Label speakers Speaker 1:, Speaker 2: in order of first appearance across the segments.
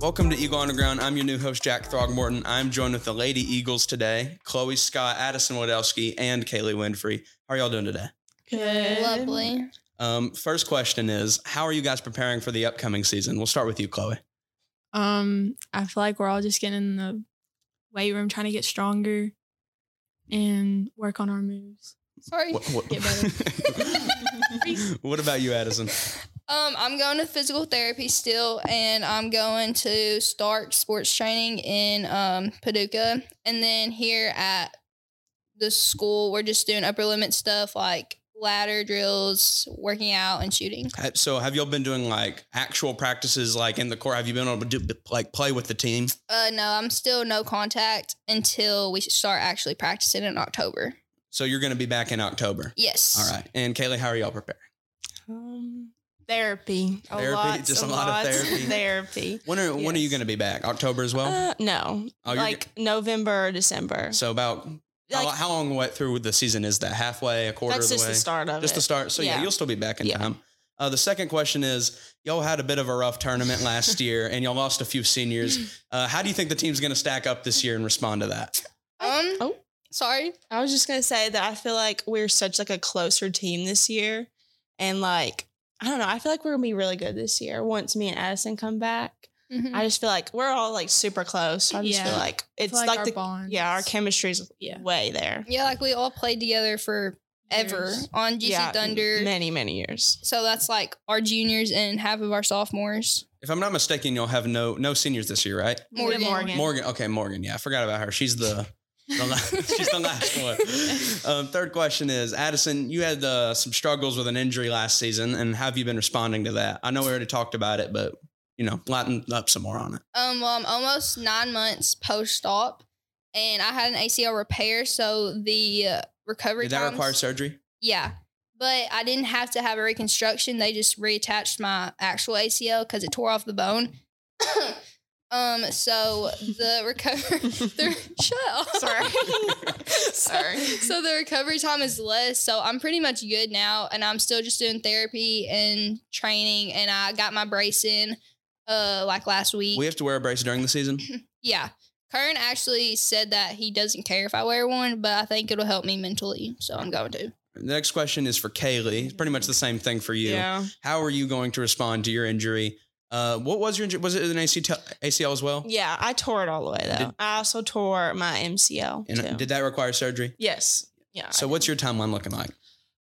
Speaker 1: Welcome to Eagle Underground. I'm your new host, Jack Throgmorton. I'm joined with the Lady Eagles today, Chloe Scott, Addison Wadowski, and Kaylee Winfrey. How are y'all doing today?
Speaker 2: Good.
Speaker 3: Lovely.
Speaker 1: Um, first question is How are you guys preparing for the upcoming season? We'll start with you, Chloe.
Speaker 2: Um, I feel like we're all just getting in the weight room, trying to get stronger and work on our moves.
Speaker 3: Sorry.
Speaker 1: What, what-
Speaker 2: Get
Speaker 1: What about you, Addison?
Speaker 3: Um, I'm going to physical therapy still, and I'm going to start sports training in um, Paducah. And then here at the school, we're just doing upper limit stuff like ladder drills, working out, and shooting.
Speaker 1: Ha- So, have y'all been doing like actual practices, like in the court? Have you been able to do, like play with the team?
Speaker 3: Uh, no, I'm still no contact until we start actually practicing in October.
Speaker 1: So, you're going to be back in October.
Speaker 3: Yes.
Speaker 1: All right. And Kaylee, how are y'all preparing?
Speaker 4: Um, therapy. A
Speaker 1: Therapy?
Speaker 4: Lots,
Speaker 1: Just
Speaker 4: a
Speaker 1: a lot of
Speaker 4: lots
Speaker 1: therapy?
Speaker 4: therapy.
Speaker 1: When are when are you
Speaker 4: Yes.
Speaker 1: going to be back? October as well.
Speaker 4: Uh, no,
Speaker 1: Oh, you're
Speaker 4: like November or December.
Speaker 1: So about how,
Speaker 4: Like-
Speaker 1: how long went through the season is that? Halfway, a quarter
Speaker 4: That's
Speaker 1: of the
Speaker 4: just
Speaker 1: way?
Speaker 4: the start of
Speaker 1: just
Speaker 4: it.
Speaker 1: the start. So yeah.
Speaker 4: Yeah.
Speaker 1: you'll still be back in
Speaker 4: Yeah.
Speaker 1: time. Uh, the second question is, y'all had a bit of a rough tournament last year, and y'all lost a few seniors. Uh, how do you think the team's going to stack up this year and respond to that?
Speaker 3: Um.
Speaker 4: Oh.
Speaker 3: Sorry.
Speaker 4: I was just gonna say that I feel like we're such like a closer team this year, and like I don't know, I feel like we're gonna be really good this year once me and Addison come back.
Speaker 3: Mhm.
Speaker 4: I just feel like we're all like super close. So I just
Speaker 2: Mm. Yeah.
Speaker 4: feel like
Speaker 2: I
Speaker 4: it's
Speaker 2: feel
Speaker 4: like,
Speaker 2: our
Speaker 4: the
Speaker 2: bond.
Speaker 4: yeah, our chemistry's
Speaker 2: Yeah.
Speaker 4: way there.
Speaker 3: yeah, like we all played together for ever on GC
Speaker 4: yeah,
Speaker 3: Thunder.
Speaker 4: many many years.
Speaker 3: So that's like our juniors and half of our sophomores.
Speaker 1: If I'm not mistaken, y'all have no no seniors this year, right?
Speaker 3: Morgan.
Speaker 2: Morgan.
Speaker 1: Morgan. Okay, Morgan. Yeah, I forgot about her. She's the, the la- she's the last one. Um, third question is Addison. You had uh, some struggles with an injury last season, and how have you been responding to that? I know we already talked about it, but you know, lighten up some more on it.
Speaker 3: Um, well, I'm almost nine months post op, and I had an ACL repair, so the uh, recovery
Speaker 1: Did that
Speaker 3: times-
Speaker 1: require surgery?
Speaker 3: yeah, but I didn't have to have a reconstruction. They just reattached my actual ACL because it tore off the bone. um, so the recovery, the, shut up.
Speaker 4: Sorry, sorry.
Speaker 3: so the recovery time is less. So I'm pretty much good now, and I'm still just doing therapy and training. And I got my brace in, uh, like last week.
Speaker 1: We have to wear a brace during the season.
Speaker 3: yeah, Kern actually said that he doesn't care if I wear one, but I think it'll help me mentally. So I'm going to.
Speaker 1: The next question is for Kaylee. It's pretty much the same thing for you.
Speaker 4: Yeah,
Speaker 1: How are you going to respond to your injury? Uh, what was your injury? Was it an ACL, ACL as well?
Speaker 4: yeah. I tore it all the way though.
Speaker 1: Did-
Speaker 4: I also tore my MCL
Speaker 1: And uh,
Speaker 4: too.
Speaker 1: did that require surgery?
Speaker 4: yes. Yeah.
Speaker 1: So, what's your timeline looking like?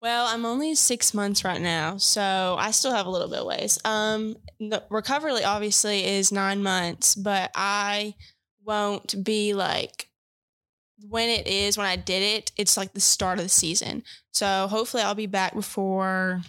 Speaker 4: Well, I'm only six months right now, so I still have a little bit of ways. Um, the recovery obviously is nine months, but I won't be like when it is when I did it. It's like the start of the season, so hopefully I'll be back before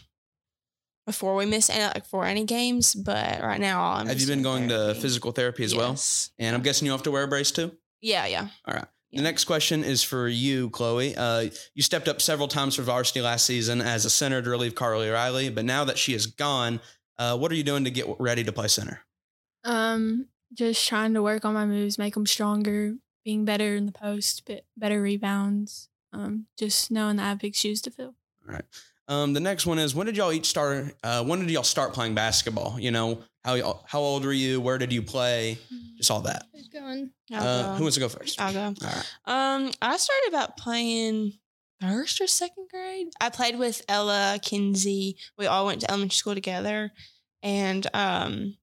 Speaker 4: before we miss any like for any games. But right now, all I'm
Speaker 1: have you been going to physical therapy as well? And I'm guessing you have to wear a brace too.
Speaker 4: Yeah, yeah.
Speaker 1: The
Speaker 4: Yeah.
Speaker 1: next question is for you, Chloe. Uh, you stepped up several times for varsity last season as a center to relieve Carly Riley, but now that she is gone, uh, what are you doing to get ready to play center?
Speaker 2: Um, just trying to work on my moves, make them stronger, being better in the post, bit better rebounds. Um, just knowing that I have big shoes to fill.
Speaker 1: Um, the next one is when did y'all each start? Uh, when did y'all start playing basketball? You know how y'all, how old were you? Where did you play? Just all that.
Speaker 3: Who's going?
Speaker 4: I'll
Speaker 1: Uh,
Speaker 4: go.
Speaker 1: who wants to go first?
Speaker 4: I'll go.
Speaker 1: All right.
Speaker 4: Um, I started about playing first or second grade. I played with Ella, Kinsey. We all went to elementary school together, and um,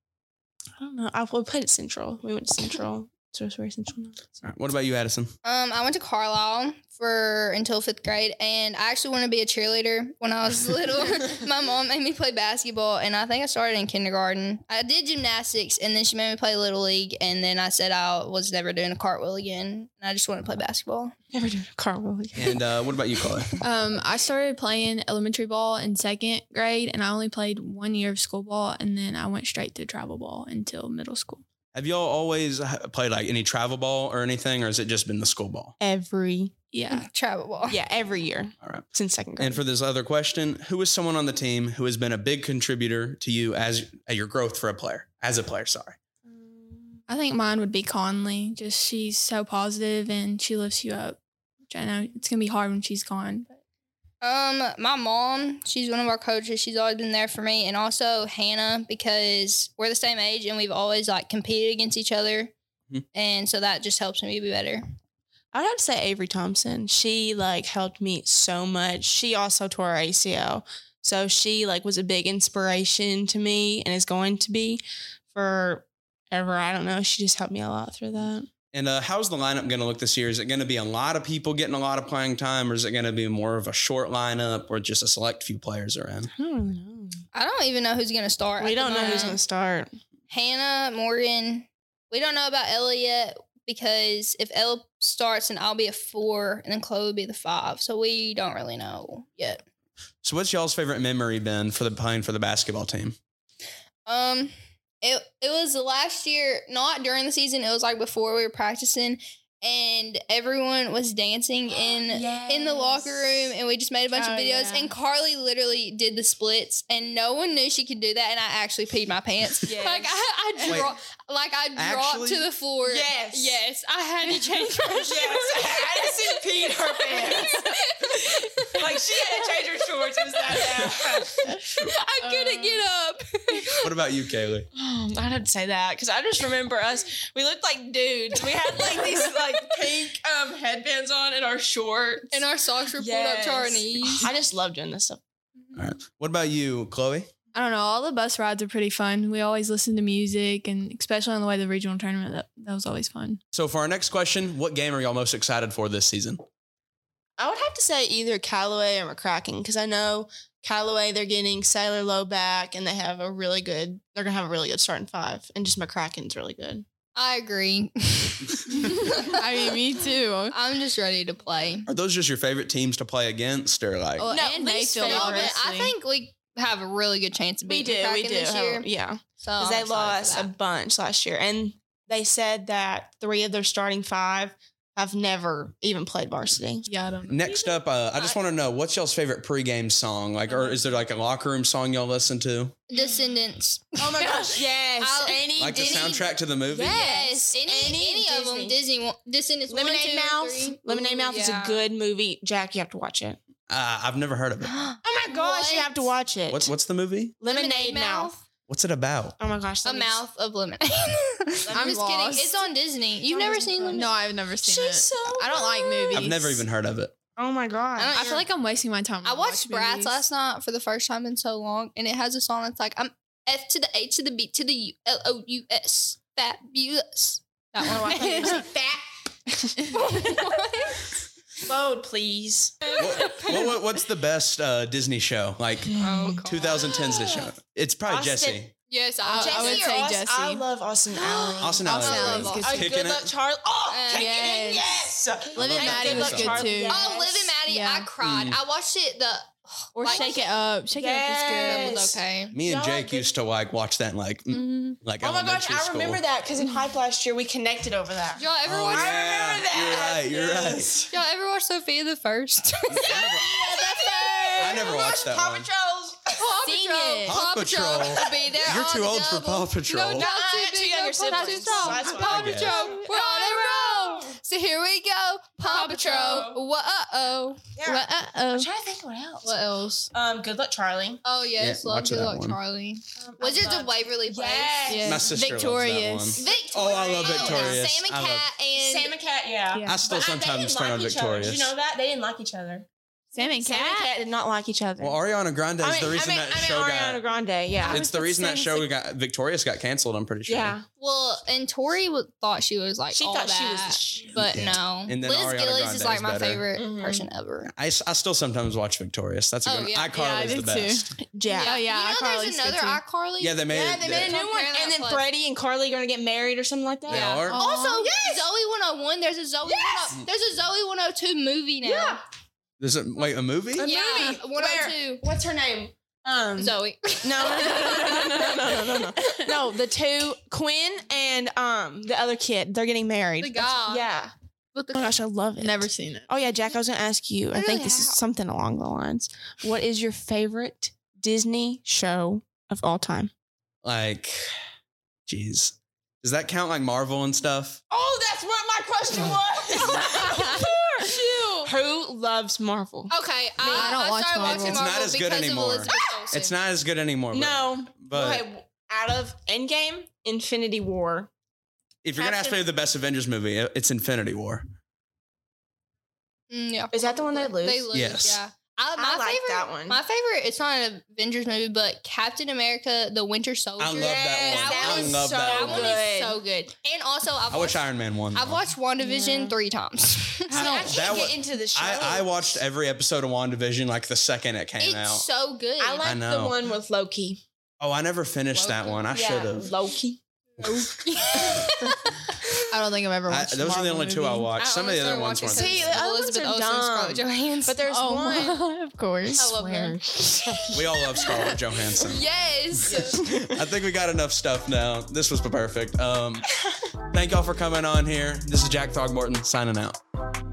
Speaker 4: I don't know. I we played at Central. We went to Central. So it's very Central now.
Speaker 1: All right. What about you, Addison?
Speaker 3: Um, I went to Carlisle for until fifth grade, and I actually wanted to be a cheerleader when I was little. My mom made me play basketball, and I think I started in kindergarten. I did gymnastics, and then she made me play little league, and then I said I was never doing a cartwheel again, and I just wanted to play basketball.
Speaker 4: Never did a cartwheel. again.
Speaker 1: And uh, what about you, Chloe?
Speaker 2: Um, I started playing elementary ball in second grade, and I only played one year of school ball, and then I went straight to travel ball until middle school.
Speaker 1: Have y'all always uh, played like any travel ball or anything, or has it just been the school ball?
Speaker 4: Every
Speaker 2: Yeah.
Speaker 3: Travel ball.
Speaker 4: yeah, every year
Speaker 1: Oh. All right.
Speaker 4: since second grade.
Speaker 1: And for this other question, who is someone on the team who has been a big contributor to you as uh, your growth for a player, as a player? Sorry.
Speaker 2: I think mine would be Conley. Just she's so positive and she lifts you up. Which I know it's gonna be hard when she's gone, but
Speaker 3: Um, my mom, she's one of our coaches. She's always been there for me, and also Hannah because we're the same age and we've always like competed against each other,
Speaker 4: Hmm.
Speaker 1: Mhm.
Speaker 3: and so that just helps me be better.
Speaker 4: I would have to say Avery Thompson. She like helped me so much. She also tore her ACL. So she like was a big inspiration to me and is going to be forever. I don't know. She just helped me a lot through that.
Speaker 1: And uh, how's the lineup going to look this year? Is it going to be a lot of people getting a lot of playing time, or is it going to be more of a short lineup where just a select few players are in?
Speaker 4: I don't really know.
Speaker 3: I don't even know who's gonna start. at
Speaker 4: We
Speaker 3: the
Speaker 4: don't know who's
Speaker 3: moment.
Speaker 4: gonna start.
Speaker 3: Hannah, Morgan. We don't know about Ellie yet because if Elle starts, then I'll be a four, and then Chloe will be the five. So we don't really know yet.
Speaker 1: So, what's y'all's favorite memory been for the playing for the basketball team?
Speaker 3: Um, it it was the last year, not during the season. It was like before we were practicing, and everyone was dancing in in the locker room, and we just made a bunch
Speaker 4: Oh,
Speaker 3: of videos.
Speaker 4: yeah.
Speaker 3: And Carly literally did the splits, and no one knew she could do that. And I actually peed my pants.
Speaker 4: Yes.
Speaker 3: Like I, I
Speaker 1: Wait.
Speaker 3: dro- like I dropped
Speaker 1: Actually?
Speaker 3: to the floor.
Speaker 4: Yes.
Speaker 3: yes, I had to change my
Speaker 4: Yes, Addison peed her pants. like she had to change her shorts. It was that bad.
Speaker 3: I couldn't
Speaker 4: Um,
Speaker 3: get up.
Speaker 1: What about you, Kaylee?
Speaker 4: Um, I didn't say that because I just remember us. We looked like dudes. We had like these like pink um, headbands on and our shorts.
Speaker 3: And our socks were pulled up to our knees.
Speaker 4: I just love doing this stuff.
Speaker 1: What about you, Chloe?
Speaker 2: I don't know. All the bus rides are pretty fun. We always listen to music, and especially on the way to the regional tournament, that, that was always fun.
Speaker 1: So, for our next question, what game are y'all most excited for this season?
Speaker 4: I would have to say either Callaway or McCracken because I know Callaway they're getting Sailor Low back and they have a really good. They're gonna have a really good starting five, and just McCracken's really good.
Speaker 3: I agree.
Speaker 2: I mean, me too.
Speaker 3: I'm just ready to play.
Speaker 1: Are those just your favorite teams to play against, or like?
Speaker 2: Oh,
Speaker 3: Well,
Speaker 4: No,
Speaker 3: and
Speaker 4: least
Speaker 3: Mayfield,
Speaker 4: favorite.
Speaker 3: but I think we have a really good chance of beating Kraken this
Speaker 4: have-
Speaker 3: year.
Speaker 4: yeah.
Speaker 3: So Oh,
Speaker 4: because
Speaker 3: I'm
Speaker 4: they
Speaker 3: excited for
Speaker 4: lost a
Speaker 3: that.
Speaker 4: bunch last year, and they said that three of their starting five have never even played varsity.
Speaker 2: Yeah, I don't know.
Speaker 1: Next up, uh, I just want to know what's y'all's favorite pregame song? Like,
Speaker 4: Uh-huh.
Speaker 1: or is there like a locker room song y'all listen to?
Speaker 3: Descendants.
Speaker 4: Oh my gosh, yes!
Speaker 3: I'll-
Speaker 4: any
Speaker 1: Like the
Speaker 3: Disney-
Speaker 1: soundtrack to the movie?
Speaker 3: Yes, any,
Speaker 4: Any
Speaker 3: any, of them.
Speaker 4: Disney.
Speaker 3: Disney one- Descendants. one,
Speaker 4: Lemonade
Speaker 3: two,
Speaker 4: Mouth.
Speaker 3: three.
Speaker 4: Lemonade
Speaker 3: Ooh,
Speaker 4: Mouth is a
Speaker 3: yeah.
Speaker 4: good movie. Jack, you have to watch it.
Speaker 1: Uh, I've never heard of it.
Speaker 4: Oh my gosh, you
Speaker 3: What?
Speaker 4: have to watch it.
Speaker 1: What's what's the movie?
Speaker 4: Lemonade, Mouth.
Speaker 1: What's it about?
Speaker 4: Oh my gosh,
Speaker 3: A
Speaker 4: let me-
Speaker 3: mouth of lemonade. I'm just
Speaker 2: I'm lost.
Speaker 3: kidding. It's on Disney. You've
Speaker 4: on
Speaker 3: never
Speaker 4: Disney
Speaker 3: seen
Speaker 4: Plus.
Speaker 3: Lemonade?
Speaker 2: No, I've never seen it.
Speaker 4: She's so.
Speaker 2: I don't like
Speaker 4: good.
Speaker 2: movies.
Speaker 1: I've never even heard of it.
Speaker 4: Oh my god.
Speaker 3: I
Speaker 2: I feel like I'm wasting my time.
Speaker 3: I
Speaker 2: when
Speaker 3: watched
Speaker 2: watch
Speaker 3: Bratz
Speaker 2: movies.
Speaker 3: last night for the first time in so long, and it has a song that's like I'm F to the H to the B to the U L O U S fabulous. That
Speaker 4: Oh, I thought you
Speaker 3: one.
Speaker 4: said fat. Load, please.
Speaker 1: What, what, what- what's the best uh, Disney show? Like
Speaker 4: Oh,
Speaker 2: Uh,
Speaker 1: Mm, 2010's this show. It's probably
Speaker 4: Austin-
Speaker 1: Jesse.
Speaker 3: yes,
Speaker 2: I- I
Speaker 3: Jesse
Speaker 2: would
Speaker 3: or
Speaker 2: say
Speaker 3: Austin?
Speaker 2: Jesse.
Speaker 4: I love Austin Allen.
Speaker 1: Austin
Speaker 2: Austin
Speaker 1: Allen.
Speaker 2: Allen's
Speaker 1: is
Speaker 2: good.
Speaker 4: Oh,
Speaker 1: Kicking
Speaker 4: good luck,
Speaker 1: it.
Speaker 4: Charlie. Oh,
Speaker 3: Uh,
Speaker 4: kicking it,
Speaker 2: yes.
Speaker 4: yes.
Speaker 2: Live
Speaker 1: and
Speaker 4: And
Speaker 1: Maddie
Speaker 4: Good
Speaker 1: was
Speaker 4: Luck,
Speaker 1: good
Speaker 4: Charlie,
Speaker 2: too.
Speaker 4: yes.
Speaker 3: Oh, Live and Maddie, I
Speaker 2: Yeah.
Speaker 3: cried.
Speaker 1: Mm.
Speaker 3: I watched it. The
Speaker 2: Or
Speaker 3: Like-
Speaker 2: Shake It Up. Shake
Speaker 3: That
Speaker 2: It Up
Speaker 4: Yes.
Speaker 2: is
Speaker 3: was okay.
Speaker 1: Me and
Speaker 4: Y'all are
Speaker 1: Jake
Speaker 4: good-
Speaker 1: used to like watch that in like
Speaker 2: good.
Speaker 1: m-
Speaker 2: Mhm.
Speaker 1: like
Speaker 4: Oh my
Speaker 1: elementary
Speaker 4: gosh, I
Speaker 1: school.
Speaker 4: remember that because in hype last year we connected over that.
Speaker 3: Y'all ever
Speaker 1: Oh,
Speaker 3: watch?
Speaker 1: yeah.
Speaker 4: I remember that.
Speaker 1: You're right. You're
Speaker 4: Yes.
Speaker 3: Y'all ever watch Sophia the First?
Speaker 1: I never watched that
Speaker 4: Paw
Speaker 1: one.
Speaker 4: Patrols.
Speaker 3: Paw
Speaker 2: Sing it.
Speaker 1: Paw Patrol.
Speaker 3: will be there
Speaker 1: You're
Speaker 3: on
Speaker 1: too
Speaker 3: the
Speaker 1: old for
Speaker 3: double.
Speaker 1: Paw Patrol.
Speaker 3: No,
Speaker 1: No,
Speaker 3: not
Speaker 4: I
Speaker 3: too
Speaker 4: had two
Speaker 3: big,
Speaker 4: younger
Speaker 3: no, Paw
Speaker 4: siblings,
Speaker 3: Patrol.
Speaker 4: so that's what
Speaker 3: Paw
Speaker 1: I get.
Speaker 3: Patrol. We're on a
Speaker 2: Oh.
Speaker 3: roll. So here we go. Paw Patrol. Whoa, oh.
Speaker 4: Yeah. I'm
Speaker 3: oh.
Speaker 4: trying to think what else.
Speaker 3: What else?
Speaker 4: Um, Good Luck, Charlie.
Speaker 3: Oh, yes.
Speaker 1: Yeah,
Speaker 3: Love
Speaker 1: watch
Speaker 3: Good
Speaker 1: that
Speaker 3: Luck,
Speaker 1: one.
Speaker 3: Charlie.
Speaker 4: Um,
Speaker 3: Wizards
Speaker 4: I
Speaker 3: of
Speaker 4: love-
Speaker 3: Waverly Place.
Speaker 4: Yes.
Speaker 2: Yeah.
Speaker 1: My sister loves
Speaker 2: Victorious.
Speaker 1: that one.
Speaker 3: Victorious.
Speaker 1: Oh, I love
Speaker 3: and
Speaker 1: Victorious.
Speaker 3: Sam and
Speaker 1: I love-
Speaker 3: Cat and
Speaker 4: Sam and Cat, yeah.
Speaker 2: Yeah.
Speaker 1: I still
Speaker 4: But I- they
Speaker 1: sometimes
Speaker 4: didn't
Speaker 1: turn on
Speaker 4: each other. Did
Speaker 1: Victorious.
Speaker 4: you know that? They didn't like each other.
Speaker 2: Sam and
Speaker 4: Sam and
Speaker 2: Cat.
Speaker 4: Cat did not like each other.
Speaker 1: Well, Ariana Grande is
Speaker 4: I mean-
Speaker 1: the reason
Speaker 4: I mean,
Speaker 1: that
Speaker 4: I mean
Speaker 1: show got.
Speaker 4: Ariana Grande, yeah.
Speaker 1: It's the reason that show got Victorious got canceled. I'm pretty sure.
Speaker 4: Yeah.
Speaker 3: Well, and Tori wa- thought she was like
Speaker 4: she
Speaker 3: all
Speaker 4: thought
Speaker 3: that,
Speaker 4: she was the shit.
Speaker 3: but
Speaker 1: Yeah.
Speaker 3: no.
Speaker 1: And then
Speaker 3: Liz
Speaker 1: Ariana
Speaker 3: Gillies
Speaker 1: Grande
Speaker 3: is like
Speaker 1: is
Speaker 3: my
Speaker 1: better.
Speaker 3: favorite
Speaker 4: Mhm.
Speaker 3: person ever.
Speaker 1: I, s- I still sometimes watch Victorious. That's a
Speaker 3: Oh,
Speaker 1: good.
Speaker 3: yeah.
Speaker 1: one. iCarly's
Speaker 2: Yeah, I
Speaker 1: the
Speaker 2: do too.
Speaker 1: best.
Speaker 4: Yeah.
Speaker 2: Oh, yeah,
Speaker 3: You know,
Speaker 2: iCarly's
Speaker 3: there's
Speaker 2: good
Speaker 3: another
Speaker 2: too.
Speaker 3: iCarly.
Speaker 1: Yeah, they made.
Speaker 4: Yeah, they made a
Speaker 3: Yeah.
Speaker 4: new one. And then
Speaker 3: Plus.
Speaker 4: Freddie and Carly are gonna get married or something like that.
Speaker 1: They are.
Speaker 2: Aw.
Speaker 3: Also, Zoe 101. There's a Zoe.
Speaker 4: Yes!
Speaker 3: 10 There's a Zoe 102 movie now.
Speaker 4: Yeah.
Speaker 1: There's a wait a movie.
Speaker 4: A
Speaker 3: yeah,
Speaker 4: movie.
Speaker 3: 102.
Speaker 4: What's her name? Um
Speaker 3: Zoe.
Speaker 4: No, no, no, no, no, no, no, no, no. No, the two Quinn and um the other kid, they're getting married.
Speaker 3: The guy.
Speaker 4: Yeah.
Speaker 3: With the
Speaker 4: Oh my gosh, I love it.
Speaker 2: Never seen it.
Speaker 4: Oh yeah, Jack, I was gonna ask you. I think this is
Speaker 3: How?
Speaker 4: something along the lines. What is your favorite Disney show of all time?
Speaker 1: Like, jeez, does that count like Marvel and stuff? Oh.
Speaker 4: Oh, that's what my question was. Who loves Marvel.
Speaker 5: Okay, I,
Speaker 3: I don't
Speaker 5: I
Speaker 3: watch
Speaker 5: started
Speaker 3: Marvel.
Speaker 5: watching
Speaker 3: It's
Speaker 1: not
Speaker 5: Marvel
Speaker 1: as good
Speaker 5: because
Speaker 1: anymore.
Speaker 5: Of Elizabeth Olsen.
Speaker 1: It's not as good anymore. but-
Speaker 4: Oh, No.
Speaker 1: But
Speaker 4: okay, out of Endgame, Infinity War.
Speaker 1: if you're gonna ask me the
Speaker 4: Captain-
Speaker 1: best Avengers movie, it- it's Infinity War.
Speaker 3: Mm, yeah.
Speaker 4: Is that the one they lose?
Speaker 5: They lose.
Speaker 1: Yes.
Speaker 5: Yeah. I, my
Speaker 4: like
Speaker 5: favorite,
Speaker 4: that one.
Speaker 5: My
Speaker 3: My favorite, it's not an Avengers movie, but Captain America, The Winter Soldier.
Speaker 1: I love
Speaker 5: that
Speaker 1: that one.
Speaker 5: was
Speaker 1: I love
Speaker 4: so
Speaker 1: that
Speaker 5: that
Speaker 1: one.
Speaker 5: one
Speaker 4: Good.
Speaker 5: is so good. And also, I've
Speaker 1: I wish
Speaker 5: watched,
Speaker 1: Iron Man won.
Speaker 3: I've
Speaker 1: though.
Speaker 3: watched WandaVision
Speaker 4: Yeah.
Speaker 3: three times.
Speaker 4: See, I,
Speaker 1: don't-
Speaker 4: can't
Speaker 1: that
Speaker 4: get
Speaker 1: one-
Speaker 4: into the show.
Speaker 1: I, I watched every episode of WandaVision like the second it came
Speaker 5: it's
Speaker 1: out.
Speaker 5: so good.
Speaker 4: I like the
Speaker 1: know.
Speaker 4: one with Loki.
Speaker 1: oh, I never finished that
Speaker 5: Loki.
Speaker 1: one. I should have.
Speaker 4: Loki.
Speaker 3: I don't think I've ever
Speaker 1: I-
Speaker 3: watched.
Speaker 1: Those are the only two I watched.
Speaker 5: I
Speaker 1: Some of the
Speaker 5: only
Speaker 1: other
Speaker 5: started
Speaker 1: ones weren't.
Speaker 5: watching
Speaker 1: that
Speaker 4: See,
Speaker 1: good.
Speaker 4: the other ones
Speaker 5: Elizabeth
Speaker 4: are
Speaker 5: Olsen, Scarlett
Speaker 4: dumb.
Speaker 5: Johansson.
Speaker 4: But there's
Speaker 2: Oh,
Speaker 4: one.
Speaker 2: my- of course.
Speaker 5: I love her.
Speaker 1: We all love Scarlett Johansson.
Speaker 5: yes.
Speaker 1: I think we got enough stuff now. This was perfect. Um, thank y'all for coming on here. This is Jack Throgmorton signing out.